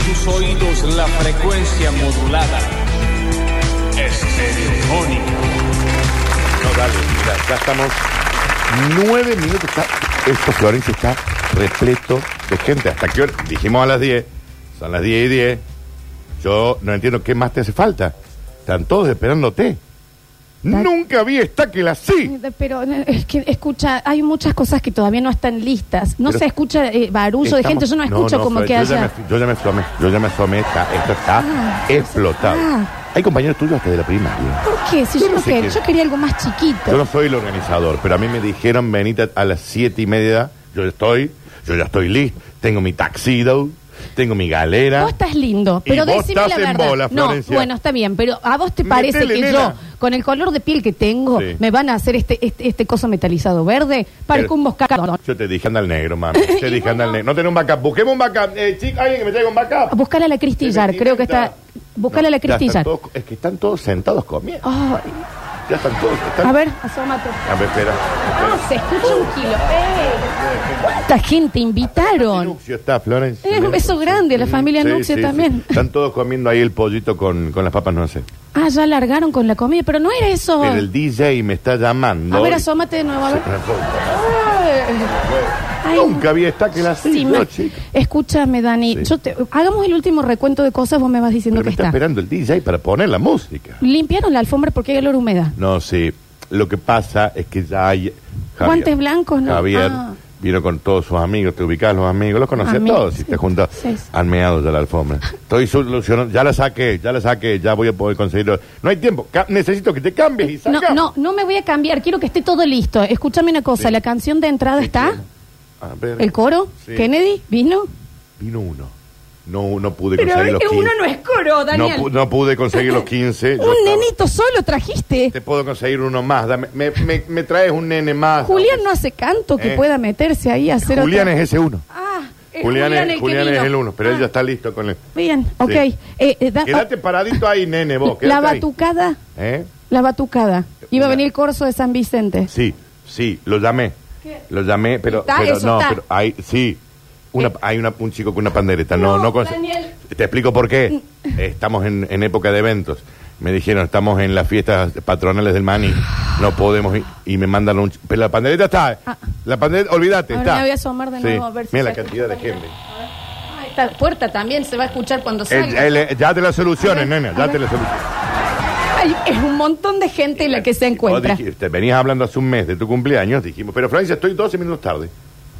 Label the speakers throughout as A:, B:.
A: sus oídos la frecuencia modulada. Estereofónica.
B: No, dale, mira, ya estamos nueve minutos. Está, esto, Florencia, está repleto de gente. ¿Hasta qué hora? Dijimos a las 10. Son las 10 y 10. Yo no entiendo qué más te hace falta. Están todos esperándote. Nunca vi estaquela así.
C: Pero eh, es que escucha, hay muchas cosas que todavía no están listas. No
B: Pero-
C: se escucha eh, barullo de gente, yo no escucho como
B: Flor,
C: que
B: yo
C: haya.
B: Ya me, yo ya me asomé, yo ya me asomé, está- esto está
C: Ah,
B: explotado.
C: ah.
B: Hay compañeros tuyos hasta de la primaria.
C: ¿Por qué? Si
B: Yo
C: yo,
B: no
C: no
B: sé
C: quería,
B: qué-
C: yo quería algo más chiquito.
B: Yo no soy el organizador, pero a mí me dijeron venite a las siete y media, yo ya estoy, yo ya estoy listo, tengo mi taxido, tengo mi galera.
C: Vos estás lindo,
B: Y
C: pero
B: vos
C: decime
B: estás
C: la
B: en
C: verdad.
B: bola,
C: no,
B: Florencia.
C: bueno, está bien, pero a vos te parece
B: Metele,
C: que
B: nena.
C: yo, con el color de piel que tengo,
B: Sí.
C: me van a hacer este, este, este coso metalizado verde,
B: Pero-
C: parezco un boscador.
B: Yo te dije anda al negro, mami. Te
C: Y
B: dije anda al
C: bueno.
B: negro. No tenés un backup. Busquemos un backup. Eh, chico, alguien que me traiga un backup.
C: Buscar a la Cristillar, creo que está. Buscar a la
B: Ya están
C: Cristillar.
B: todos- Es que están todos sentados comiendo.
C: Ay,
B: Ya están todos. están-
C: a ver, asómate.
B: A ver, espera.
C: Ah, se escucha un kilo. ¡Eh! ¿Cuánta gente invitaron?
B: Nuxio está, Florencia.
C: Es un beso grande a la familia Nuxio también.
B: Están todos comiendo ahí el pollito con, con las papas, no sé.
C: Ah, ya largaron con la comida, pero no era eso.
B: Pero el DJ me está llamando.
C: A ver,
B: Y-
C: asómate de nuevo, a ver. Ay,
B: Nunca había esta que la
C: Sí,
B: no,
C: ma-
B: chico.
C: Escúchame, Dani.
B: Sí.
C: Yo te- hagamos el último recuento de cosas, vos me vas diciendo
B: Pero me
C: que
B: está
C: está.
B: esperando el DJ para poner la música.
C: Limpiaron la alfombra porque hay olor a humedad.
B: No, sí. Lo que pasa es que ya hay.
C: Guantes blancos, ¿no?
B: Javier
C: Ah.
B: vino con todos sus amigos, te ubicás los amigos, los conocés a
C: Amigos,
B: todos. Si
C: sí.
B: te juntas,
C: Sí, sí.
B: han meado ya la alfombra. Estoy solucionando, ya la saqué, ya la saqué, ya voy a poder conseguirlo. No hay tiempo, Ca- necesito que te cambies y
C: No,
B: salgas.
C: no, no me voy a cambiar. Quiero que esté todo listo. Escúchame una cosa. La canción de entrada está.
B: A ver.
C: El coro.
B: Sí.
C: Kennedy. Vino.
B: Vino uno. No, no pude
C: Pero
B: conseguir los
C: eh,
B: 15.
C: uno no es coro,
B: No
C: Daniel.
B: pu- no pude conseguir los 15. yo
C: Un
B: estaba- Este,
C: nenito solo trajiste.
B: Te puedo conseguir uno más. dame- me, me- me traes un nene más.
C: Julián no hace canto que
B: Eh.
C: pueda meterse ahí a hacer
B: Julián
C: otra-
B: es ese uno.
C: Ah, es
B: Julián, es,
C: que
B: Julián es
C: vino.
B: el uno, pero
C: Ah,
B: él ya está listo con el.
C: Bien, ok.
B: Sí.
C: Eh, eh, da-
B: Quédate paradito ahí, nene, vos.
C: la
B: quédate ahí.
C: batucada.
B: ¿Eh?
C: La batucada.
B: Una-
C: Iba a venir el corso de San Vicente.
B: Sí, sí, lo llamé.
C: ¿Qué?
B: Lo llamé, pero,
C: Está,
B: pero
C: eso
B: no,
C: está.
B: pero hay, sí. Una, Hay una, un chico con una pandereta. No, no,
C: No,
B: conse-
C: Daniel.
B: Te explico por qué. Estamos en, en época de eventos. Me dijeron, estamos en las fiestas patronales del Mani. No podemos ir. Y me mandan un. ch- Pero la pandereta está. eh.
C: Ah.
B: La pandereta, olvídate,
C: Ahora
B: está.
C: me voy a asomar de nuevo
B: Sí.
C: a ver si
B: Mira la
C: se-
B: cantidad de gente.
C: Ah, Esta puerta también se va a escuchar cuando
B: El-
C: salga.
B: el- ya te la soluciones,
C: A ver,
B: nena, ya
C: a
B: te
C: ver.
B: la soluciones.
C: Ay, es un montón de gente la que se encuentra.
B: Vos dijiste, venías hablando hace un mes de tu cumpleaños, dijimos, pero Francia, estoy 12 minutos tarde.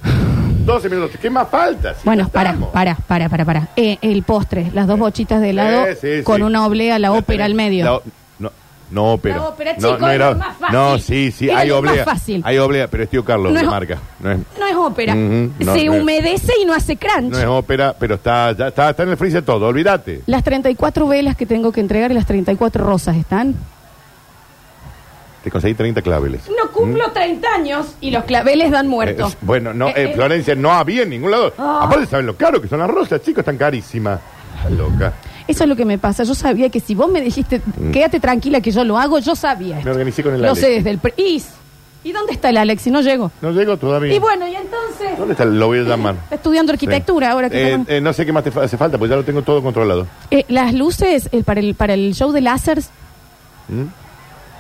B: 12 minutos, ¿qué más falta? Si
C: Bueno,
B: ya
C: para,
B: estamos.
C: para, para, para, para. Eh, el postre, las dos bochitas de helado
B: Eh, sí, sí.
C: con una oblea, la
B: Ya
C: ópera al
B: tenés.
C: medio.
B: La o- no, no, ópera.
C: La ópera,
B: no,
C: chico,
B: no
C: es
B: era-
C: lo más fácil.
B: No, sí, sí,
C: Era
B: hay
C: lo más
B: oblea.
C: fácil.
B: Hay oblea, pero es tío Carlos
C: No
B: de
C: es-
B: marca. No es,
C: No es ópera.
B: Ujú, no,
C: se
B: no es-
C: humedece y no hace crunch.
B: no es ópera, pero está, ya está, está en el freezer todo, olvídate.
C: Las 34 velas que tengo que entregar y las 34 rosas están.
B: Te conseguí 30 claveles.
C: No cumplo 30 años y los claveles dan muertos.
B: Mm. Eh, bueno, no,
C: Eh,
B: eh,
C: eh,
B: Florencia no había en ningún lado.
C: Ah.
B: Aparte, ¿saben lo caro que son las rosas, chicos? Están carísimas. Está loca.
C: Eso es lo que me pasa. Yo sabía que si vos me dijiste, quédate tranquila que yo lo hago, yo sabía. esto.
B: Mm. Me organicé con el
C: Lo
B: Alex.
C: sé desde el. pre- ¿Y, ¿Y dónde está el Alex? Si no llego.
B: No llego todavía.
C: Y bueno, y entonces.
B: ¿Dónde está? el- Lo voy a llamar.
C: Está estudiando arquitectura
B: Sí.
C: ahora que
B: Eh,
C: estamos-
B: eh, no sé qué más te fa- hace falta, pues ya lo tengo todo controlado.
C: Eh, las luces eh, para, el, para el show de lásers.
B: ¿Mm?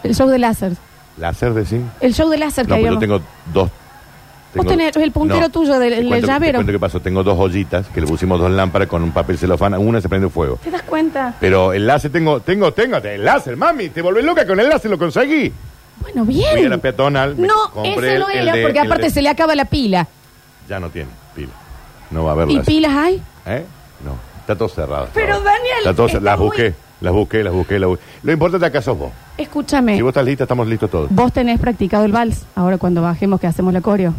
C: El show de lásers.
B: Láser de sí.
C: El show de láser
B: No,
C: que
B: pues yo
C: habíamos-
B: tengo dos.
C: Vos tenés el puntero tuyo del-
B: Te
C: del
B: cuento-
C: llavero.
B: Te cuento qué pasó. Tengo dos ollitas que le pusimos dos lámparas con un papel celofán. Una se prende fuego.
C: ¿Te das cuenta?
B: Pero el láser tengo, tengo, tengo. El láser, mami. Te volvés loca con el láser, lo conseguí.
C: Bueno,
B: Fui a la
C: bien.
B: peatonal. me
C: No,
B: compré
C: ese no
B: el- el
C: era,
B: de-
C: porque
B: el
C: aparte
B: de-
C: se le acaba la pila.
B: Ya no tiene pila. No va a haber
C: ¿Y
B: láser.
C: pilas hay?
B: ¿Eh? No, está todo cerrado.
C: Pero,
B: Está-
C: Daniel,
B: está todo cer-
C: está
B: las
C: muy-
B: busqué, las busqué, las busqué, las busqué. Lo importante acá sos vos.
C: Escúchame.
B: Si vos estás lista, estamos listos todos.
C: Vos tenés practicado el vals. Ahora cuando bajemos que hacemos la coreo.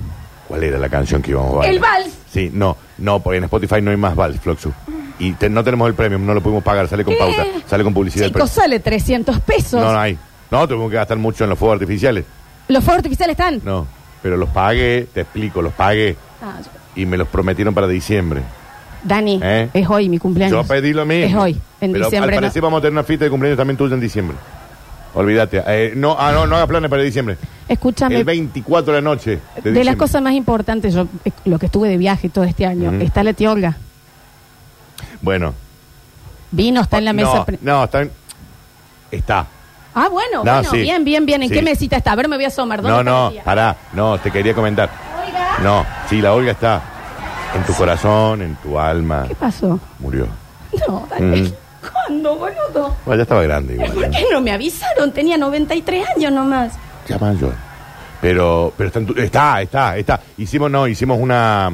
B: ¿Cuál era la canción que íbamos a bailar?
C: ¡El vals!
B: Sí, no, no, porque en Spotify no hay más vals, Floxu. Y te- no tenemos el premium, no lo pudimos pagar, sale con
C: ¿Qué?
B: pauta, sale con publicidad. el
C: Eh, Chicos, sale 300
B: premium.
C: pesos.
B: no, no hay. No, tuvimos que gastar mucho en los fuegos artificiales.
C: Los fuegos artificiales están.
B: No, pero los pagué, te explico, los pagué
C: Ah, yo-
B: y me los prometieron para diciembre.
C: Dani,
B: ¿Eh?
C: es hoy mi
B: Yo
C: cumpleaños.
B: pedí lo mismo.
C: Es hoy, en
B: Pero
C: diciembre.
B: Al
C: ¿no?
B: parecer vamos a tener una fiesta de cumpleaños también tuya en diciembre. Olvídate. Eh, no, ah, no, no hagas planes para diciembre.
C: Escúchame,
B: El 24 de la noche.
C: de, las
B: diciembre.
C: cosas más importantes, yo eh, lo que estuve de viaje todo este año,
B: Ujú.
C: está la tía Olga.
B: Bueno,
C: Vino, está en la mesa.
B: No,
C: pre-
B: no, está en- Está.
C: Ah,
B: No,
C: bueno, bueno,
B: sí.
C: bien, bien, bien. ¿En
B: Sí.
C: qué mesita está? A ver, me voy a asomar. ¿Dónde
B: No,
C: está
B: no,
C: Matías?
B: pará. No, te quería comentar.
C: Oiga.
B: No, sí, la Olga está. En tu corazón, en tu alma.
C: ¿Qué pasó?
B: Murió.
C: No, Daniel.
B: Mm.
C: ¿Cuándo, boludo?
B: Bueno, ya estaba grande
C: ¿Pero
B: igual. ¿eh?
C: por
B: ¿no?
C: qué no me avisaron? Tenía 93 años nomás.
B: Ya mayor. Pero, pero está, en tu- está, está, está. Hicimos, no, hicimos una,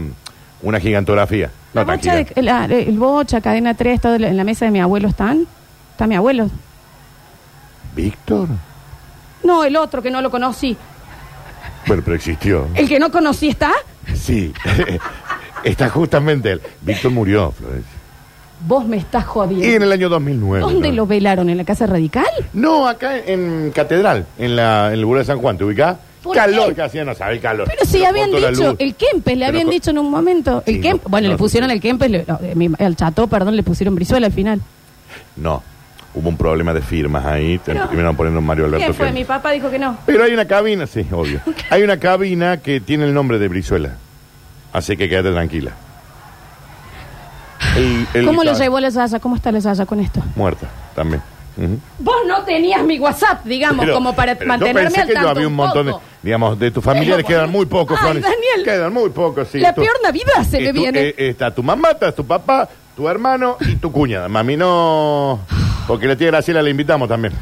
B: una gigantografía. No,
C: La bocha
B: tranquila.
C: de- la- el bocha, cadena 3, todo en la mesa de mi abuelo están. ¿Está mi abuelo?
B: ¿Víctor?
C: No, el otro que no lo conocí.
B: Bueno, pero existió.
C: ¿El que no conocí está?
B: Sí. está justamente él. Víctor murió, Florencia.
C: Vos me estás jodiendo.
B: Y en el año 2009.
C: ¿Dónde
B: ¿no?
C: lo velaron? ¿En la casa radical?
B: No, acá en Catedral, en, la, en el Buró de San Juan, ¿te ubicás?
C: ¿Por
B: Calor
C: qué?
B: que hacía, no sabe el calor.
C: Pero si
B: Nos
C: habían
B: cortó la
C: dicho,
B: luz.
C: el Kempes, le
B: Pero
C: habían
B: co-
C: dicho en un momento. El
B: Sí,
C: Kemp-
B: no,
C: bueno,
B: no,
C: le pusieron
B: no.
C: el Kempes, le- no, eh, mi- al Chato, perdón, le pusieron Brizuela al final.
B: No, hubo un problema de firmas ahí, te-
C: Pero-
B: terminaron poniendo Mario Alberto.
C: ¿Quién fue?
B: Kempes.
C: Mi papá dijo que no.
B: Pero hay una cabina, sí, obvio. Hay una cabina que tiene el nombre de Brizuela. Así que quédate tranquila. El- el-
C: ¿Cómo lo
B: estaba-
C: llevó la Yaya? ¿Cómo está la Yaya con esto?
B: Muerta, también. Ujú.
C: Vos no tenías mi WhatsApp, digamos,
B: Pero-
C: como para
B: pero
C: mantenerme
B: yo pensé
C: al
B: que
C: tanto
B: yo había un montón de...
C: poco.
B: Digamos, de tus familiares
C: Pero,
B: quedan muy pocos,
C: ay,
B: Flores.
C: Daniel.
B: Quedan muy pocos, sí.
C: La
B: Tú-
C: peor Navidad se me
B: eh, tú-
C: viene.
B: eh, está tu mamá, está tu papá, tu hermano y tu cuñada. Mami, no... Porque la tía Graciela la invitamos también.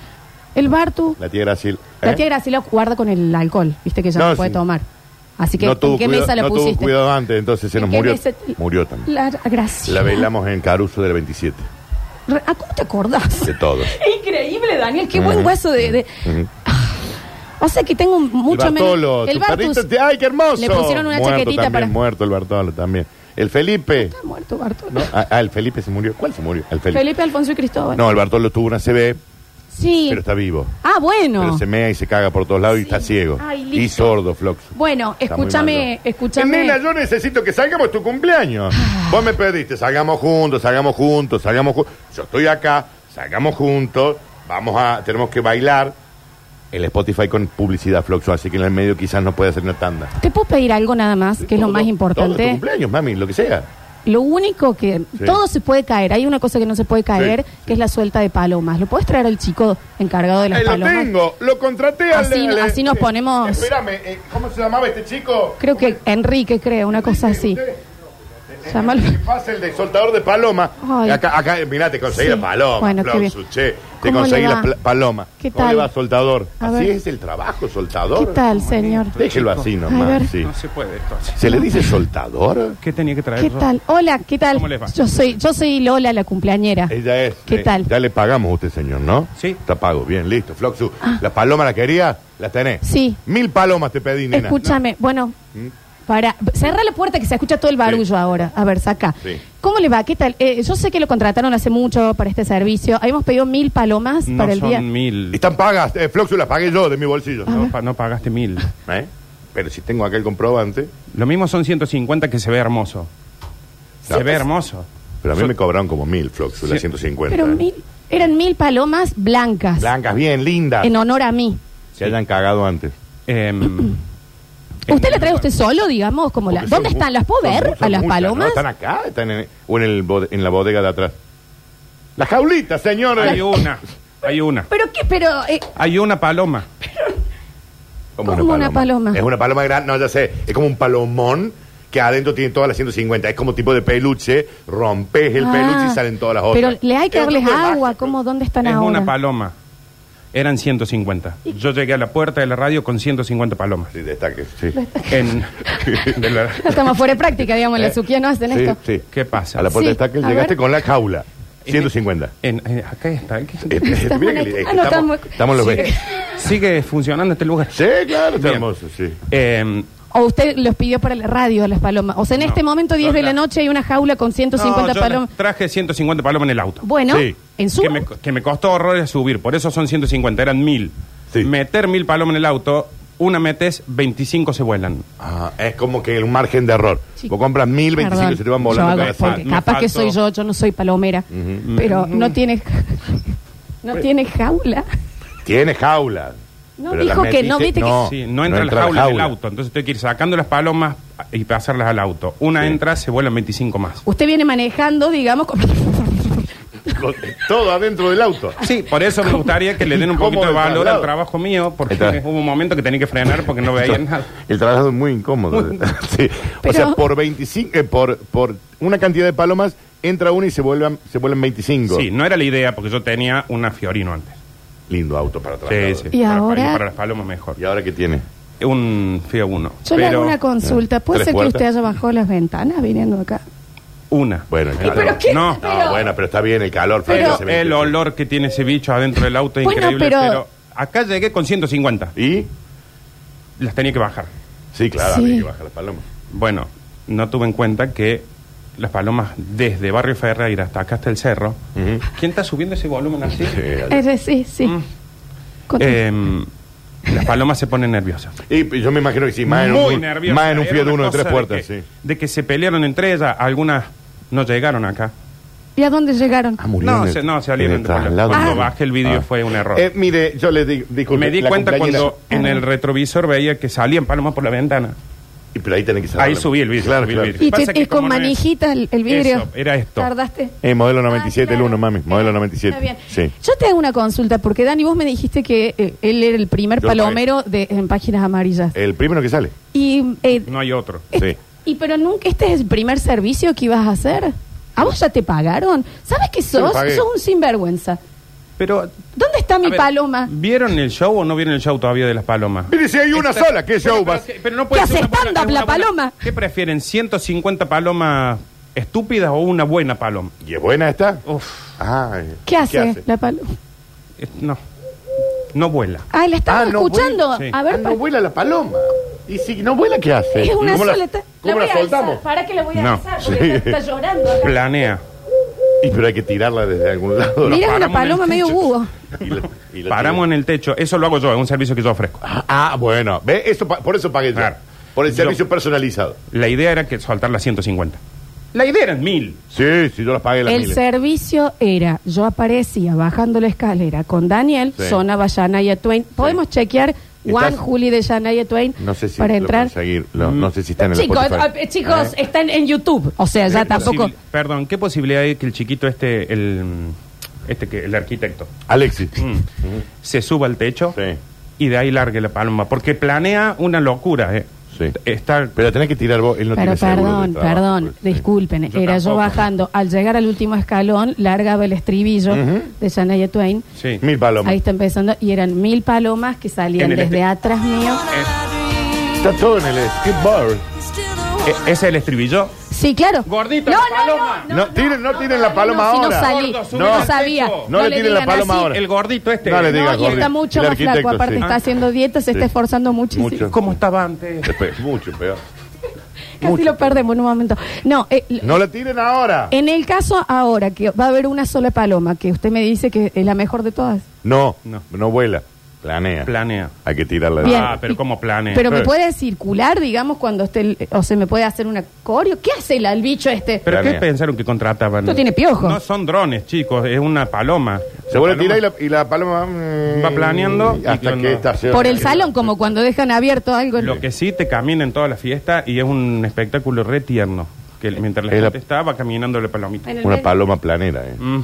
C: El Bartu,
B: La tía Graciela... ¿eh?
C: la tía Graciela guarda con el alcohol, viste que ya
B: No,
C: no, puede
B: sí.
C: tomar. Así que,
B: no
C: ¿en
B: tuvo
C: qué
B: cuidado-
C: mesa la
B: no tuvo
C: pusiste?
B: cuidado antes, entonces se
C: ¿En
B: nos
C: qué
B: murió.
C: mesa-
B: Murió también.
C: La Graciela.
B: La velamos en Caruso del 27.
C: Re- ¿A cómo te acordás?
B: De todo.
C: Increíble, Daniel, qué buen
B: Ujú.
C: hueso de... de- O sea que tengo un- mucho
B: el Bartolo,
C: menos... El
B: tu perrito,
C: Bartus
B: te- ¡Ay, qué hermoso!
C: Le pusieron una
B: Muerto
C: chaquetita
B: también,
C: para...
B: muerto el Bartolo también. El Felipe.
C: Está muerto Bartolo.
B: No, ah, ah, el Felipe se murió. ¿Cuál se murió? El Felipe.
C: Felipe, Alfonso y Cristóbal.
B: No, el Bartolo tuvo una CB,
C: Sí.
B: pero está vivo.
C: Ah, bueno.
B: Pero se mea y se caga por todos lados y
C: Sí.
B: está ciego.
C: Ay, listo.
B: y sordo, Flox.
C: Bueno,
B: Está muy
C: escúchame,
B: malo. Eh,
C: escúchame. Ah.
B: Nena, yo necesito que salgamos tu cumpleaños. Vos me pediste, salgamos juntos, salgamos juntos, salgamos juntos. Yo estoy acá, salgamos juntos, vamos a, tenemos que bailar. El Spotify con publicidad Floxo, así que en el medio quizás no puede hacer una tanda.
C: ¿Te puedo pedir algo nada más, que es
B: Todo,
C: lo más
B: todo, tu
C: importante?
B: cumpleaños, mami, lo que sea.
C: Lo único que...
B: Sí.
C: Todo se puede caer. Hay una cosa que no se puede caer,
B: Sí,
C: que es la suelta de palomas. ¿Lo puedes traer al chico encargado de las
B: Ahí Eh, lo
C: palomas?
B: tengo, lo contraté al-
C: Así-
B: al-
C: así nos ponemos-
B: Espérame, eh, ¿cómo se llamaba este chico?
C: Creo que Enrique, creo, una cosa así.
B: ¿Usted?
C: Llámalo.
B: Que pasa el de soltador de paloma.
C: Ay.
B: Acá, acá, eh, mirá, te conseguí
C: Sí.
B: la paloma.
C: Bueno, qué
B: Flausu,
C: bien.
B: che, te
C: ¿Cómo
B: conseguí
C: le
B: la
C: va?
B: pla- paloma.
C: ¿Qué
B: ¿Cómo
C: tal?
B: le va, soltador?
C: A
B: así
C: ver.
B: es el trabajo,
C: ¿Qué
B: soltador.
C: tal, señor?
B: Déjelo así
C: A
B: nomás.
C: ver.
B: sí.
D: No se puede esto. así.
B: ¿Se le dice soltador?
D: ¿Qué tenía que traer?
C: ¿Qué
D: yo?
C: tal? Hola, ¿qué tal?
D: ¿Cómo les va?
C: Yo soy, yo soy Lola, la cumpleañera.
B: Ella es.
C: ¿Qué
B: eh,
C: tal?
B: Ya le pagamos a usted, señor, ¿no?
D: Sí.
B: Está pago. Bien, listo. Floxu, ¿la paloma la quería? ¿La tenés?
C: Ah. Sí.
B: Mil palomas te pedí, nena. ¿Mm?
C: Escúchame, bueno, para cerrar la puerta que se escucha todo el barullo
B: Sí.
C: ahora. A ver, saca.
B: Sí.
C: ¿Cómo le va? ¿Qué tal? Eh, yo sé que lo contrataron hace mucho para este servicio. Habíamos pedido mil palomas
D: No
C: para el
D: son
C: día.
B: No.
D: mil.
B: Están pagas. Eh, Floxu, las pagué yo de mi bolsillo.
D: No, pa- no pagaste mil.
B: ¿Eh? Pero si tengo aquel comprobante.
D: Lo mismo son 150 que se ve hermoso.
B: No.
D: Se ve hermoso.
B: Pero a mí
D: Son-
B: me cobraron como mil, Floxu, las
D: Sí.
B: 150.
C: Pero
B: ¿eh?
C: mil, eran mil palomas blancas,
B: Blancas, bien, lindas.
C: en honor a mí.
B: Se hayan cagado antes.
D: Em,
C: ¿Usted
D: en-
C: la trae usted solo, digamos? como la,
B: Porque
C: ¿Dónde
B: son
C: están?
B: mu-
C: ¿Las puedo
B: son mu-
C: ver
B: son
C: a las
B: muchas, ¿no?
C: palomas?
B: Están acá, están en, o en, el bode- en la bodega de atrás. Las jaulitas, señores.
D: Hay una. Hay una.
C: ¿Pero qué? Pero... eh,
D: Hay una paloma.
C: como una paloma.
B: Es una paloma grande, no, ya sé. Es como un palomón que adentro tiene todas las 150. Es como tipo de peluche. Rompes el
C: ah,
B: peluche y salen todas las otras.
C: Pero le hay que
B: Es
C: darles
B: un tema.
C: agua, ¿cómo? ¿Dónde están
D: Es
C: ahora?
D: una paloma. Eran 150. Yo llegué a la puerta de la radio con 150 palomas.
B: Sí, destaque, sí.
D: En, de la-
C: No estamos fuera de práctica, digamos, las suquías no hacen
B: Eh, Sí,
C: esto.
B: sí.
D: ¿Qué pasa?
B: A la puerta
C: Sí,
B: de destaque
C: a
B: llegaste
C: ver.
B: con la jaula. 150.
D: En- en- acá está. aquí está.
B: Eh, eh, mira que- eh,
C: Ah,
B: estamos,
C: no, estamos-
B: estamos los
D: Sigue,
B: ves.
D: sigue funcionando este lugar.
B: Sí, claro, está
D: Bien.
B: hermoso, sí.
D: Em,
C: O usted los pidió para la radio a las palomas. O sea, en
D: No,
C: este momento, 10
D: son
C: de la
D: las-
C: noche, hay una jaula con 150
D: No, yo
C: palomas.
D: Traje 150 palomas en el auto.
C: Bueno,
B: Sí.
C: en su.
D: Que me, que me costó horrores subir, por eso son 150, eran mil.
B: Sí.
D: Meter mil palomas en el auto, una metes, 25 se vuelan.
B: Ah, es como que un margen de error.
C: Sí.
B: Vos compras mil, veinticinco y se te van volando
C: Yo hago,
B: cada
C: porque
D: Me
B: semana.
C: capaz que soy
D: faltó.
C: yo, yo no soy palomera. Pero no tiene. no tiene jaula.
B: Tiene jaula.
C: No,
B: Pero
C: dijo
B: las
C: que no,
B: metiste-
C: viste que-
D: Sí, Oh, no entra, la jaula del auto, entonces tengo que ir sacando las palomas y pasarlas al auto. Una
B: Sí.
D: entra, se vuelan 25 más.
C: Usted viene manejando, digamos, como.
B: con- todo adentro del auto.
D: Sí, por eso me gustaría que le den un
B: ¿Cómo
D: poquito de
B: me
D: valor
B: traslado?
D: al trabajo mío, porque
B: Está.
D: hubo un momento que tenía que frenar porque no veía nada.
B: El traslado es muy incómodo. Sí. O
C: Pero-
B: sea, por 25, eh, por, por una cantidad de palomas, entra uno y se vuelven, se vuelven 25.
D: Sí, no era la idea porque yo tenía una Fiorino antes.
B: Lindo auto para trabajar.
D: Sí, sí.
C: ¿Y
D: para,
C: ahora?
D: Para las palomas mejor.
B: ¿Y ahora qué tiene?
D: Un Fiat Uno.
C: Yo le hago una
D: eh,
C: consulta. ¿Puede
B: ¿Tres
C: ser
B: puertas?
C: que usted haya bajado las ventanas viniendo acá?
D: Una.
B: Bueno, el calor.
C: pero qué-
D: No,
B: No,
C: Pero-
B: bueno, pero está bien el calor.
C: Pero-
B: Franco, se ve
D: el
B: que-
D: olor que tiene ese bicho adentro del auto es
C: Bueno,
D: increíble,
C: pero-
D: pero... acá llegué con 150.
B: ¿Y?
D: Las tenía que bajar.
B: Sí, claro,
C: Sí.
B: había que bajar las palomas.
D: Bueno, no tuve en cuenta que las palomas desde Barrio Ferreira hasta acá hasta el cerro.
B: Ujú.
D: ¿Quién está subiendo ese volumen así?
B: Sí,
C: Es decir, sí.
D: Mm.
C: Con-
D: Em, las palomas se ponen nerviosas.
B: Y yo me imagino que sí, más en un,
D: Muy
B: un-
D: nerviosas.
B: más en un
D: Era
B: Fiat
D: una
B: Uno de
D: cosa
B: tres puertas,
D: que-
B: sí.
D: De que se pelearon entre ellas, algunas no llegaron acá.
C: ¿Y a dónde llegaron?
B: Ah, murieron
D: No,
B: en-
D: se, no, se
B: en
D: salieron
B: el
D: de palo.
B: traslado.
D: Cuando
C: Ah.
D: bajé el vídeo fue un error.
B: Eh, mire, yo le digo, disculpe.
D: Me di
B: la
D: cuenta
B: cumpleañera-
D: cuando en el retrovisor veía que salían palomas por la ventana.
B: Y, pero ahí tenés que cerrar
D: Ahí
B: la-
D: subí el vidrio.
B: Claro,
D: subí el
B: claro.
D: vidrio.
C: Y, te-
D: Pasa que
C: y con
D: como no es-
C: manijita el, el vidrio.
D: Eso, era esto.
C: ¿Tardaste?
B: Eh, modelo
C: Ah,
B: 97,
C: claro.
B: el 1, mami. Modelo 97.
C: Está bien.
B: Sí.
C: Yo te hago una consulta, porque Dani, vos me dijiste que eh, él era el primer
B: Yo
C: palomero de, en páginas amarillas.
D: Eh.
B: El primero que sale.
C: y, eh,
D: No hay otro.
C: este-
B: sí.
C: y pero nunca, este es el primer servicio que ibas a hacer. ¿A vos ya te pagaron? ¿Sabes qué
B: lo
C: sos?
B: pagué.
C: Sos un sinvergüenza.
D: Pero.
C: ¿Dónde está mi
D: a ver,
C: paloma?
D: ¿Vieron el show o no vieron el show todavía de las palomas?
B: Mire, si hay una
D: Está-
B: sola, ¿qué show
D: Bueno,
B: vas?
D: pero, pero no puede
C: ¿Qué
D: ser
C: hace
D: una buena-
C: stand-up,
D: una
C: la
D: buena-
C: paloma?
D: ¿Qué prefieren? ¿150 palomas estúpidas o una buena paloma?
B: ¿Y es buena esta?
D: Uf,
B: Ah,
C: ¿Qué hace, la paloma?
D: es- Eh, no. No vuela.
C: Ah, la estamos
B: Ah, no,
C: escuchando.
D: bueno, sí.
C: A
B: Ah,
C: ver, pa-
B: no vuela la paloma. Y si no vuela, ¿qué hace?
C: es una
B: ¿Cómo la-
C: sola. ta-
B: ¿Cómo la,
C: voy a
B: soltamos?
C: alzar. ¿Para que la voy a
D: No.
C: alzar? Porque está, está llorando. acá.
D: Planea.
B: Y pero hay que tirarla desde algún lado.
C: Mira, es una
D: paramos en el
C: paloma medio
D: techo.
C: búho.
B: Y la- y la
D: Paramos en el techo. Eso lo hago yo, es un servicio que yo ofrezco.
B: tira. Ah, bueno. ¿Ve? Eso, pa- por eso pagué yo.
D: Claro.
B: Por el
D: Yo-
B: servicio personalizado.
D: La idea era que soltar las 150. La idea eran mil.
B: Sí, sí, yo las pagué las
C: El
B: miles.
C: servicio era, yo aparecía bajando la escalera con Daniel,
B: Sí.
C: sonaba Shania Twain. ¿Podemos chequear One
B: ¿Estás?
C: Juli de Shania Twain
B: No sé si
C: para
B: lo
C: entrar?
B: conseguí, lo- no sé si está en el
C: Chicos,
B: Spotify. Eh,
C: eh, chicos, están en YouTube. O sea, ya
D: ¿Qué
C: Ah, tampoco.
D: posibil- Perdón, ¿qué posibilidad hay que el chiquito este, el, mm, este que, el arquitecto,
B: Alexis.
D: mm, se suba al techo
B: Sí.
D: y de ahí largue la paloma? Porque planea una locura, eh.
B: Sí.
D: Está,
B: Pero tenés que tirar vos. Él no
C: Pero
B: tiene seguro de
C: perdón,
B: trabajo,
C: perdón,
B: pues, sí.
C: disculpen,
D: Yo
C: era yo
D: tampoco.
C: bajando, al llegar al último escalón, largaba el estribillo
B: Ujú.
C: de Shania Twain,
D: sí.
B: Mil palomas.
C: ahí está empezando, y eran mil palomas que salían
D: En el
C: desde
D: este-
C: atrás mío.
B: Está todo en el skateboard.
D: E- ¿Ese es el estribillo?
C: Sí, claro.
D: Gordito,
C: no,
D: la
C: no,
D: paloma.
C: no,
B: No, tiren- no tiren la paloma
C: no, si
B: ahora.
C: No salí,
D: Gordo, sube
C: no,
B: al
C: sabía.
D: techo.
B: No le tiren la
C: digan
B: paloma
C: así.
B: ahora.
D: El gordito este.
B: No le diga
C: No, y
B: gordo.
C: está mucho
B: El
C: más flaco,
B: arquitecto,
C: aparte
B: sí.
C: está haciendo dieta, se está
B: Sí.
C: esforzando muchísimo.
B: Mucho.
D: ¿Cómo estaba antes?
B: Espe- Mucho peor.
C: Casi
B: mucho.
C: lo perdemos en un momento. No, eh, l-
B: No la tiren ahora.
C: en el caso ahora que va a haber una sola paloma, que usted me dice que es la mejor de todas.
B: No, no,
D: No.
B: vuela. Planea.
D: Planea.
B: Hay que tirarla de
C: Bien.
D: Ah, pero ¿cómo planea?
C: Pero me
B: Eh.
C: puede circular, digamos, cuando esté, el- o se me puede hacer una coreo. ¿Qué hace el, el bicho este?
D: ¿Pero qué
B: Planea.
D: pensaron que contrataban?
C: Esto tiene piojo.
D: No son drones, chicos, es una paloma.
B: Se vuelve a
D: Paloma-
B: tirar y la, y la paloma mm,
D: Va planeando y
B: hasta
D: cuando-
B: que está
C: Por el salón, como cuando dejan abierto algo. en-
D: Lo que sí te camina en toda la fiesta y es un espectáculo re tierno. Que mientras la
B: Es la-
D: gente está, va caminando la palomita.
C: En el
B: Una
C: medio.
B: paloma planera, ¿eh?
D: Mm.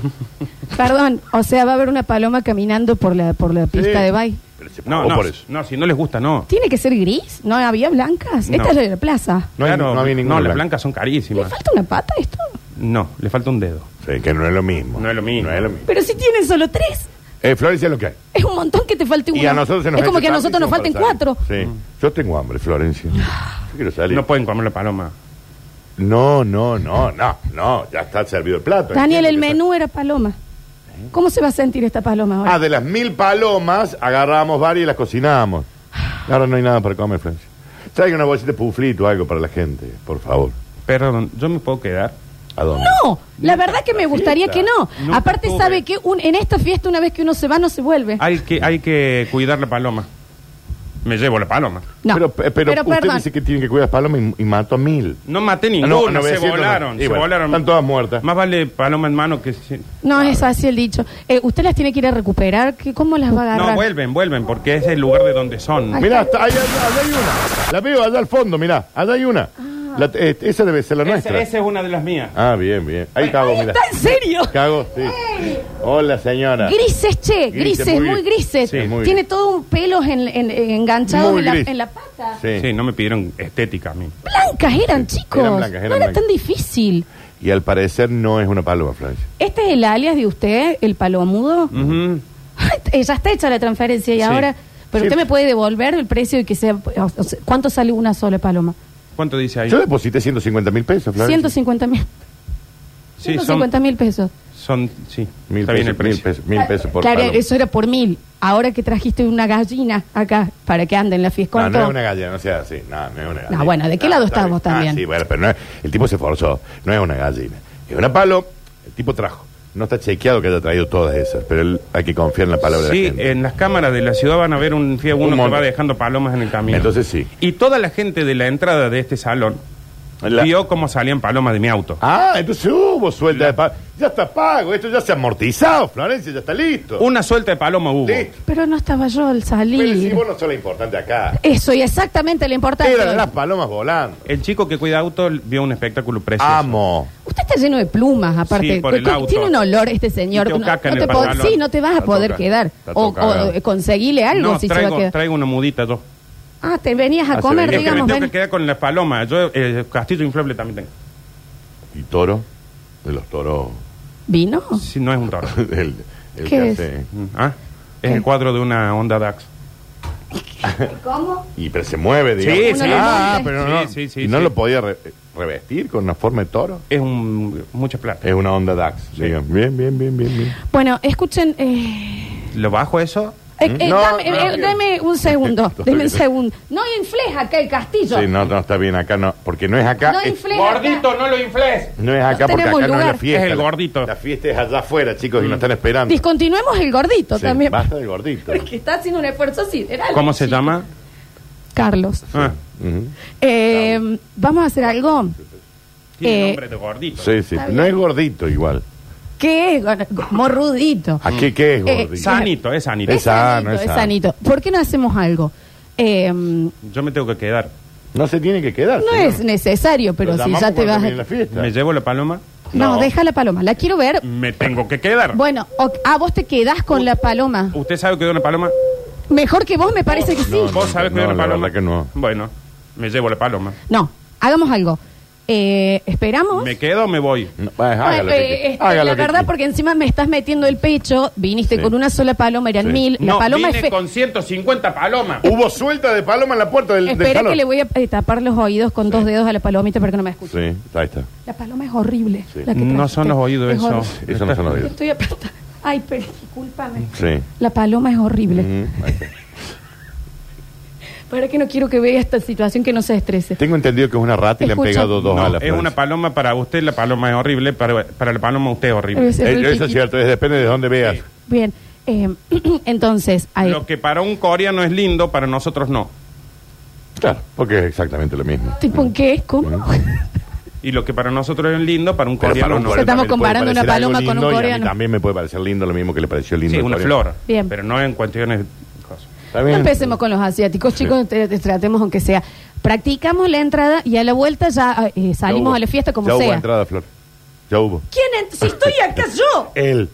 C: Perdón, o sea, va a haber una paloma caminando por la, por la pista
B: Sí.
C: de baile.
B: Pero se
D: No,
B: pagó
D: no,
B: por eso.
D: no, si no les gusta, no.
C: ¿Tiene que ser gris? ¿No había blancas?
D: No.
C: Esta es la de la plaza.
B: No hay- no había ninguna
D: No, las
B: blanca.
D: blancas son
C: ¿Le
D: carísimas.
C: falta una pata a esto?
D: No, le falta un dedo.
B: Sí, que no es lo mismo.
D: No es lo mismo.
B: No es lo mismo.
C: Pero si tienen solo tres.
B: Eh, Florencia, lo que hay.
C: Es un montón que te falte uno.
B: Y a nosotros se nos
C: es como
B: hace
C: que a
B: tarde
C: nosotros
B: y
C: nos
B: somos
C: falten
B: para
C: cuatro.
B: salir. Sí. Yo tengo hambre, Florencia. Yo quiero salir.
D: Mm. No pueden comer la paloma.
B: No, no, no, no, no. Ya está servido el plato.
C: Daniel, el
B: Entiendo que
C: menú era paloma. ¿Cómo se va a sentir esta paloma
B: está- Ah,
C: ahora?
B: de las mil palomas agarramos varias y las cocinamos. Ahora no hay nada para comer, Florencia. Traiga una bolsita de puflito o algo para la gente, por favor.
D: Perdón, yo me puedo quedar.
B: ¿A dónde?
C: No, la verdad que me gustaría que no.
D: Nunca
C: Aparte,
D: tuve.
C: sabe que un- en esta fiesta, una vez que uno se va, no se vuelve.
D: Hay que, hay que cuidar la paloma. Me llevo la paloma.
C: No.
B: Pero, eh, pero, usted
C: perdón.
B: dice que tiene que cuidar palomas y, y mató a mil.
D: No maté ninguna,
B: Ah, no,
D: se
B: 900 no.
D: volaron.
B: Y
D: se
B: bueno,
D: volaron.
B: están todas muertas.
D: Más vale paloma en mano que. si-
C: No, es así el dicho. Eh, usted las tiene que ir a recuperar. ¿Qué- ¿Cómo las va a agarrar?
D: No, vuelven, vuelven, porque es el lugar de donde son.
C: Ay.
B: Mirá, está- ahí- allá, allá hay una. La veo allá al fondo, mirá. Allá hay una.
C: Ah.
B: La- eh, esa debe ser la
D: Esa-
B: nuestra.
D: Esa es una de las mías.
B: Ah, bien, bien. Ahí cago, mira.
C: ¿Está en serio?
B: Cago, sí. Hola, señora.
C: Grises, che,
B: Grises,
C: grises,
B: muy
C: muy,
B: gris.
C: grises.
B: Sí, muy
C: Tiene
B: gris.
C: todo un pelo en, en- en- enganchado
B: Muy
C: en la,
B: gris.
C: en la pata.
B: Sí.
D: Sí, no me pidieron estética a mí.
C: Blancas eran, chicos.
B: Eran blancas, eran
C: no era
B: blancas.
C: tan difícil.
B: Y al parecer no es una paloma, Florencia.
C: ¿Este es el alias de usted, el palomudo?
D: Ujú.
C: Eh, ya está hecha la transferencia y
D: Sí.
C: ahora. Pero
B: Sí.
C: usted me puede devolver el precio y que sea. o sea, ¿Cuánto sale una sola paloma?
D: ¿Cuánto dice ahí?
B: Yo deposité 150 mil pesos, Florencia.
C: 150 mil.
D: Sí,
C: 150 mil pesos.
D: son, son, sí,
B: Mil
D: está
B: pesos,
D: bien el precio.
B: mil pesos, mil pesos por
C: Ah, claro,
B: paloma.
C: eso era por mil. Ahora que trajiste una gallina acá para que ande en la fiesta.
B: No,
C: ¿cuánto?
B: no es una gallina, no sea así. No, no es una gallina.
C: No, bueno, ¿de qué lado
B: está
C: estás
B: bien.
C: vos también?
B: Ah, sí, bueno, pero no es- el tipo se forzó. No es una gallina. Es una palo. El tipo trajo. No está chequeado que haya traído todas esas, pero él- hay que confiar en la palabra de
D: Sí,
B: la gente.
D: en las cámaras de la ciudad van a ver un fiel
B: Un
D: uno que
B: montón.
D: va dejando palomas en el camino.
B: Entonces sí.
D: Y toda la gente de la entrada de este salón
B: La-
D: vio cómo salían palomas de mi auto.
B: Ah, entonces hubo suelta de pago. Ya está pago, esto ya se ha amortizado, Florencia, ya está listo.
D: Una suelta de paloma hubo.
B: Listo.
C: Pero no estaba yo al
B: Pero si
C: salir.
B: vos no sos la importante acá.
C: Eso, y exactamente lo importante.
B: Eran las palomas volando.
D: El chico que cuida auto vio un espectáculo precioso.
B: Amo.
C: Usted está lleno de plumas, aparte.
D: Sí, por el
C: Co-
D: auto.
C: Tiene un olor este señor.
D: Y tengo
C: No-
D: caca
C: no
D: en
C: te
D: el
C: po-
D: pantalón.
C: sí, no te vas a
B: Está
C: poder
B: todo
C: quedar.
B: cagado. Está
C: O,
B: todo cagado.
C: o, eh, conseguile algo
D: No,
C: si se va a
D: traigo,
C: quedar.
D: traigo una mudita yo.
C: Ah, te venías
B: Ah,
C: a
B: se venía.
C: comer,
D: Es que me
C: digamos.
D: tengo que
C: ven.
D: quedar con las palomas. Yo, eh, castillo inflable también tengo.
B: ¿Y toro? De los toros.
C: ¿Vino?
D: Sí, no es un toro.
B: El, el
C: ¿Qué
B: que
C: es?
B: hace-
D: ¿Ah? Es el cuadro de una Honda DAX.
C: ¿Cómo?
B: Y pero se mueve, digamos.
D: Sí,
C: sí.
B: Ah,
C: Sí,
B: pero no.
D: sí, sí,
B: ¿Y no
D: sí.
B: lo podía re- revestir con una forma de toro?
D: Es un, mucha plata.
B: Es una onda DAX. digamos. Bien, bien, bien, bien, bien.
C: Bueno, escuchen. eh,
D: ¿Lo bajo eso?
C: eh, eh,
B: ¿Mm? No,
C: dame,
B: no,
C: eh,
B: no.
C: dame un segundo.
B: Estoy
C: dame un
B: bien.
C: segundo. No infles acá el castillo.
B: Sí, no, no, está bien acá, no. Porque no es acá.
C: No
B: es-
C: infles acá.
D: no lo infles!
B: no es acá porque
C: No
B: acá
C: tenemos
B: no es la
C: lugar.
B: fiesta.
D: Es el
B: La-
D: gordito. Mm.
B: La fiesta es allá afuera, chicos, y nos están esperando.
C: Discontinuemos el gordito
B: Sí,
C: también.
B: Basta del gordito.
C: Porque está haciendo un esfuerzo sideral.
D: ¿Cómo se
C: Sí.
D: llama?
C: Carlos.
D: Ah,
B: Ujú.
C: Eh, vamos a hacer algo.
D: tiene
C: Eh,
D: nombre de gordito.
B: Sí, sí.
C: Está
B: No es gordito igual.
C: ¿Qué es? Morrudito.
B: ¿A
D: Mm.
B: qué, qué es
C: Eh,
B: gordito?
D: Sanito, es sanito.
B: Ah, Es- sano,
C: es
B: sano.
C: sanito. ¿Por qué no hacemos algo? Eh, no
D: Yo me tengo que quedar.
B: No se tiene que quedar. señor.
C: es necesario, pero
B: Lo
C: si
B: llamamos
C: ya te
B: cuando
C: vas.
B: termine la
C: a-
B: fiesta.
D: ¿Me llevo la paloma?
C: No,
B: No.
C: deja la paloma. La quiero ver.
B: Mm.
D: Me tengo que quedar.
C: Bueno, o- ah, vos te quedás
B: Uh.
C: con la paloma.
D: ¿Usted sabe que es una paloma?
C: Mejor que vos, me parece que sí.
B: No,
D: ¿Vos sabés que es
B: no,
D: una
B: la
D: paloma?
B: verdad que no.
D: Bueno, me llevo la paloma.
C: No, hagamos algo. Eh, esperamos.
D: ¿Me quedo o me voy?
B: No, pues,
C: Ah,
B: hágalo.
C: eh,
B: que-
C: este,
B: hágalo
C: la
B: que-
C: verdad, porque encima me estás metiendo el pecho. Viniste
B: Sí.
C: con una sola paloma, eran
B: Sí.
C: mil. La
D: no,
C: paloma es
D: vine
C: fe-
D: con 150 palomas.
B: Hubo suelta de paloma en la puerta del, del
C: eh. Espera
B: salón.
C: que le voy a eh, tapar los oídos con dos dedos a la palomita para que no me escuche.
B: Sí, ahí está.
C: La paloma es horrible.
B: Sí.
C: la que
D: No
C: trajiste.
D: son los oídos
C: Es
D: eso.
C: horrible.
B: Eso no son los oídos.
C: Estoy aparta. Ay, pero discúlpame.
B: Sí.
C: La paloma es horrible.
B: Ujú, ahí está.
C: Para que no quiero que vea esta situación que no se estrese.
B: Tengo entendido que es una rata y le han
C: Escucha.
B: pegado dos
D: No,
B: alas. pues.
D: es una paloma para usted, la paloma es horrible, para, para la paloma usted es horrible.
C: Es-
B: Eh,
C: muy
B: Eso es
C: chiquito.
B: cierto, es- depende de dónde veas.
C: Bien. eh, entonces, ahí.
D: Lo que para un coreano es lindo, para nosotros no.
B: Claro, porque es exactamente lo mismo.
C: ¿Tipo en qué? ¿Cómo?
D: Y lo que para nosotros es lindo, para un
B: Pero para
D: coreano
B: un
D: no.
B: coreano
C: Estamos
B: también puede
C: comparando una
B: parecer algo
C: paloma con un
B: lindo y a mí
C: coreano.
B: También me puede parecer lindo lo mismo que le pareció lindo.
D: Sí,
B: al
D: una
B: coreano.
D: flor.
C: Bien.
D: Pero no en cuestiones.
B: Está
C: No
B: bien.
C: empecemos con los asiáticos, chicos, te- te tratemos aunque sea. Practicamos la entrada y a la vuelta ya
B: Ya
C: eh, salimos
B: hubo.
C: a la fiesta como
B: ya hubo
C: sea.
B: entrada, Flor. Ya hubo.
C: ¿Quién? ent- Si estoy acá yo.
B: Él,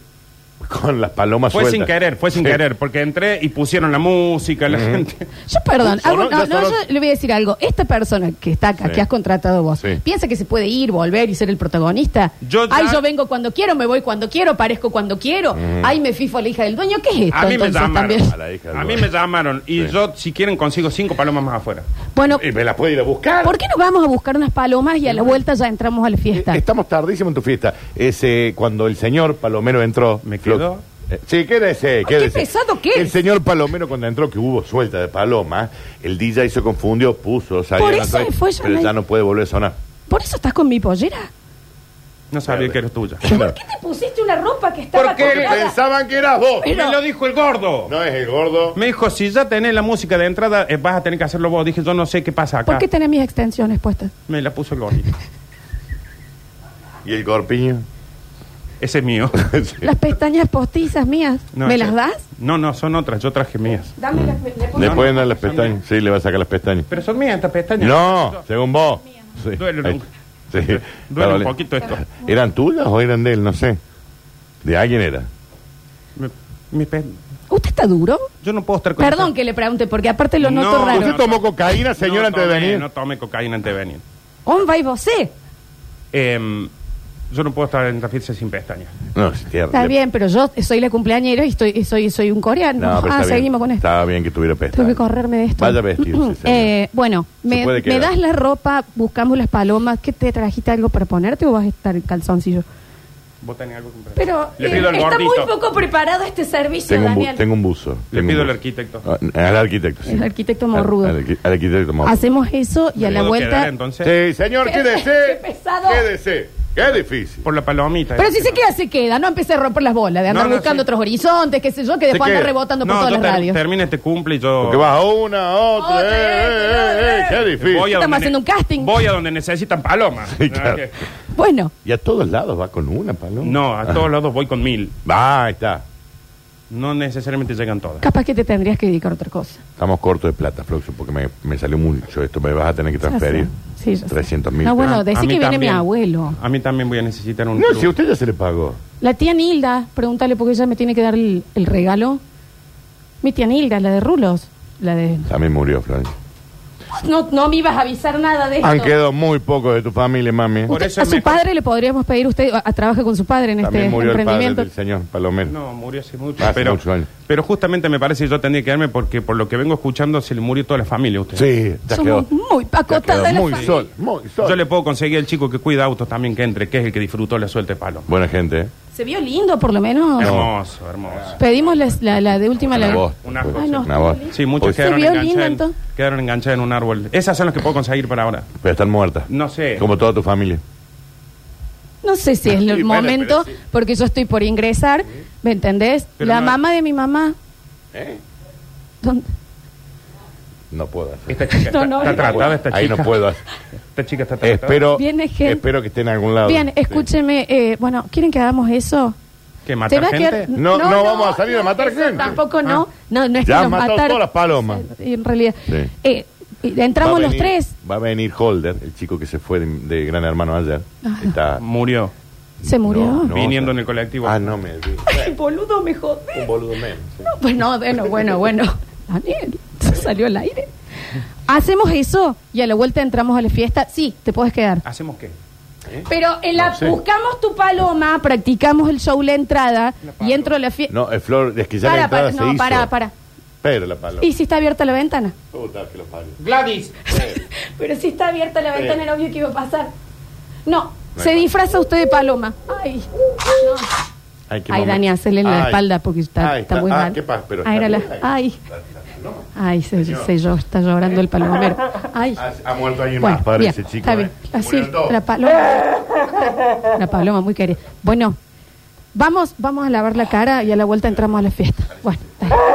B: con las palomas
D: Fue
B: sueltas.
D: sin querer, fue sin
B: Sí.
D: querer, porque entré y pusieron la música, la gente.
C: Yo, perdón,
B: Sonó,
C: hago- no,
B: ya
C: no,
B: sonó.
C: yo le voy a decir algo. Esta persona que está acá,
B: Sí.
C: que has contratado vos,
B: Sí.
C: piensa que se puede ir, volver y ser el protagonista.
D: Yo ya-
C: Ay, yo vengo cuando quiero, me voy cuando quiero, parezco cuando quiero. Ay, me fifo a la hija del dueño. ¿Qué es esto?
D: A mí me
C: entonces,
D: llamaron.
C: también?
B: A la hija del
D: A mí
B: dueño.
D: me llamaron. Y
B: Sí.
D: yo, si quieren, consigo cinco palomas más afuera.
C: Bueno,
B: Y me las puede ir a buscar.
C: ¿por qué no vamos a buscar unas palomas y a la vuelta ya entramos a la fiesta?
B: Eh, Estamos tardísimo en tu fiesta. Ese, cuando el señor Palomero entró.
D: ¿Me
B: Flor-
D: quedo?
B: Eh, Sí, quédese, quédese.
C: pesado que
B: El
C: es.
B: señor Palomero, cuando entró, que hubo suelta de paloma, el DJ se confundió, puso, salió.
C: Por
B: la
C: eso
B: otra-
C: fue yo
B: Pero
C: me-
B: ya no puede volver a sonar.
C: ¿Por eso estás con mi pollera?
D: No sabía
B: Verde.
D: que eres tuya.
C: ¿Por qué te pusiste una ropa que estaba
D: Porque
C: colgada?
B: pensaban que eras vos.
C: Pero-
D: Me lo dijo el gordo.
B: No es el gordo.
D: Me dijo, si ya tenés la música de entrada, eh, vas a tener que hacerlo vos. Dije, yo no sé qué pasa acá.
C: ¿Por qué tenés mis extensiones puestas?
D: Me la puso el gordito.
B: ¿Y el corpiño?
D: Ese es mío.
B: Sí.
C: Las pestañas postizas mías,
D: No,
C: ¿me
D: ese-
C: las das?
D: No, no, son otras. Yo traje mías.
C: Dame las, le pongo-
B: Le
D: no,
B: pueden dar
D: no,
B: las
D: son
B: pestañas. Sí, le va a sacar las pestañas.
D: Pero son mías estas pestañas.
B: No, según vos. Sí.
D: Duele,
B: Ahí.
D: un-
B: Sí.
D: duele
B: Está
D: un
B: doliendo.
D: poquito esto.
B: ¿Eran tuyas o eran de él? No sé. ¿De alguien era?
D: Mi- mi pe-
C: ¿Usted está duro?
D: Yo no puedo estar con
C: Perdón
D: esta-
C: que le pregunte, porque aparte lo noto
D: No,
C: raro.
B: ¿Usted tomó cocaína, señor,
D: No
B: antes de
D: tomé,
B: venir?
D: No tome cocaína antes de venir.
C: On va y vosé.
D: Em, yo no puedo estar en esta fiesta sin pestañas.
B: No, sí, tierra.
C: Está
B: Le-
C: bien, pero yo soy la cumpleañera y estoy, soy, soy un coreano.
B: No, pero
C: ah,
B: está bien.
C: seguimos con esto.
B: Estaba bien que tuviera pesta.
C: Tengo que correrme de esto.
B: Vaya a vestirse, señor.
C: Eh, bueno,
B: Se
C: me,
B: puede
C: me
B: quedar.
C: das la ropa, buscamos las palomas. ¿Qué te trajiste algo para ponerte o vas a estar en calzoncillo?
D: Vos tenés algo que comprar.
C: Pero
D: Le
C: eh,
D: pido al
C: está
D: gordito.
C: muy poco preparado este servicio,
B: Tengo un, bu-
C: Daniel.
B: tengo un buzo.
D: Le
B: Tengo
D: pido
B: un
D: al
B: buzo.
D: arquitecto.
B: Ah, Al arquitecto, sí.
C: El arquitecto morrudo.
B: Al, al arqui- al arquitecto morrudo.
C: Hacemos eso y a la
D: ¿Puedo
C: vuelta.
D: quedar, entonces?
B: Sí, señor,
C: Qué-
B: quédese.
C: qué pesado.
B: Quédese. Qué difícil.
D: Por la palomita.
C: Pero
D: eh,
C: si se queda, se queda. No empecé a romper las bolas, de andar
D: No, no,
C: buscando
D: sí.
C: otros horizontes, qué sé yo, que después anda
B: queda.
D: No,
C: rebotando por
D: no
C: todas
D: yo
C: las
D: ter-
C: radios.
D: termina este cumple y yo...
B: Porque vas a una, a otra.
C: Otra,
B: eh, eh, eh,
C: otra,
B: qué difícil.
D: Voy a
C: Estamos
D: donde
C: haciendo
D: ne-
C: un casting.
D: Voy a donde necesitan palomas.
B: Sí, claro.
C: Bueno,
B: Y a todos lados va con una, paloma.
D: No, a todos lados voy con mil.
B: Va, ahí está.
D: No necesariamente llegan todas.
C: capaz que te tendrías que dedicar a otra cosa.
B: Estamos cortos de plata, Fluxo, porque me, me salió mucho esto. Me vas a tener que
C: Ya sé.
B: transferir.
C: Sí, ya sé.
B: 300 mil.
C: No, bueno,
D: Ah,
B: pesos.
C: decí
D: a
C: que
D: mí
C: viene
D: también.
C: mi abuelo.
D: A mí también voy a necesitar un...
B: No,
D: truco.
B: si a usted ya se le pagó.
C: La tía Nilda, pregúntale porque ella me tiene que dar el, el regalo. Mi tía Nilda, la de Rulos. La de.
B: También murió, Florencia.
C: No, no me ibas a avisar nada de esto.
B: Han quedado muy pocos de tu familia, mami.
D: Por
C: Usted-
D: eso
C: a
D: es
C: su
D: mejor.
C: padre le podríamos pedir, usted a, a- trabaja con su padre en
B: También
C: este
B: murió el padre
C: emprendimiento.
B: del señor Palomero.
D: No, murió hace mucho.
B: Hace
D: pero,
B: muchos años.
D: pero justamente me parece que yo tendría que quedarme porque por lo que vengo escuchando se le murió toda la familia a usted.
B: Sí, ya
C: Somos
B: quedó.
C: muy pacotas de la
B: muy
C: familia.
B: sol, muy sol.
D: Yo le puedo conseguir al chico que cuida autos también que entre, que es el que disfrutó la suerte de palo.
B: Buena gente, ¿eh?
C: Se vio lindo, por lo menos.
D: Hermoso, hermoso.
C: Pedimos las- la, la de última. La...
B: Una voz.
D: Un asco,
C: Ay, no,
B: Una voz.
C: está
D: Sí, muchos
B: Hoy-
C: Se
D: quedaron
C: vio lindo,
D: enganchados, en,
C: entonces.
D: quedaron enganchados en un árbol. Esas son las que puedo conseguir para ahora.
B: Pero están muertas.
D: No sé.
B: Como toda tu familia.
C: No sé si es el
B: Ah, Sí, bueno,
C: momento,
B: pero sí.
C: porque yo estoy por ingresar, ¿me entendés?
D: Pero
C: la
D: no-
C: mamá de mi mamá.
D: ¿Eh?
C: ¿Dónde?
B: No puedo hacer.
D: Esta chica
C: No,
D: está,
C: no,
D: está
C: no.
D: tratada, esta chica.
B: Ahí no puedo hacer.
D: Esta chica está tratada.
B: Espero,
C: Viene gente.
B: espero que esté en algún lado.
C: Bien,
B: Sí.
C: escúcheme. eh, bueno, ¿quieren que hagamos eso?
D: ¿Qué, matar
C: va a
D: gente?
C: quedar-
B: No, no vamos a salir a matar
C: eso
B: gente. Ah.
C: Tampoco no. No, no es
B: Ya
C: que
B: han
C: nos
B: matado
C: este matar-
B: todas las palomas.
C: En realidad.
B: Sí.
C: Eh, y
B: Va
C: entramos
B: a
C: los
B: venir-
C: tres.
B: Va a venir Holder, el chico que se fue de, de Gran Hermano ayer. Está.
D: Murió.
C: Se murió.
B: No, no,
D: Viniendo
B: o sea-
D: en el colectivo.
B: Ah, no me vi.
C: Ay, boludo, me jodé.
B: Un boludo menos. sí.
C: No, bueno, bueno, bueno, bueno. Daniel, se salió al aire. Hacemos eso y a la vuelta entramos a la fiesta. Sí, te puedes quedar.
D: ¿Hacemos qué?
C: Pero en la,
B: No sé.
C: buscamos tu paloma, practicamos el show, la entrada y entro a la fiesta.
B: No, eh, Flor, es que ya la
C: para,
B: entrada
C: para,
B: se
C: no,
B: hizo.
C: para, para.
B: Pero la paloma.
C: ¿Y si está abierta la ventana?
B: Puta, que los parió.
D: Gladys.
C: Pero si está abierta la ventana,
B: Eh.
C: era obvio que iba a pasar. No,
B: No
C: se
B: hay
C: disfraza usted de paloma. Ay, no.
B: Ay, qué
C: Ay,
B: momento.
C: Dani, hacele en la
B: Ay.
C: espalda porque está,
B: Ay,
C: está muy
B: ah,
C: mal.
B: qué paz, pero
C: Ay,
B: está
C: era la-
B: muy bien.
C: ay,
B: La- la paloma.
C: ay, se,
B: Señor.
C: se yo, está llorando el palomero. Ay.
B: Ha, Ah, ha muerto alguien
C: Bueno,
B: más, padre,
C: bien,
B: ese chico.
C: está bien.
B: eh.
C: Así,
B: Murieron todos.
C: la paloma. La paloma muy querida. Bueno, vamos, vamos a lavar la cara y a la vuelta entramos a la fiesta. Bueno, está bien.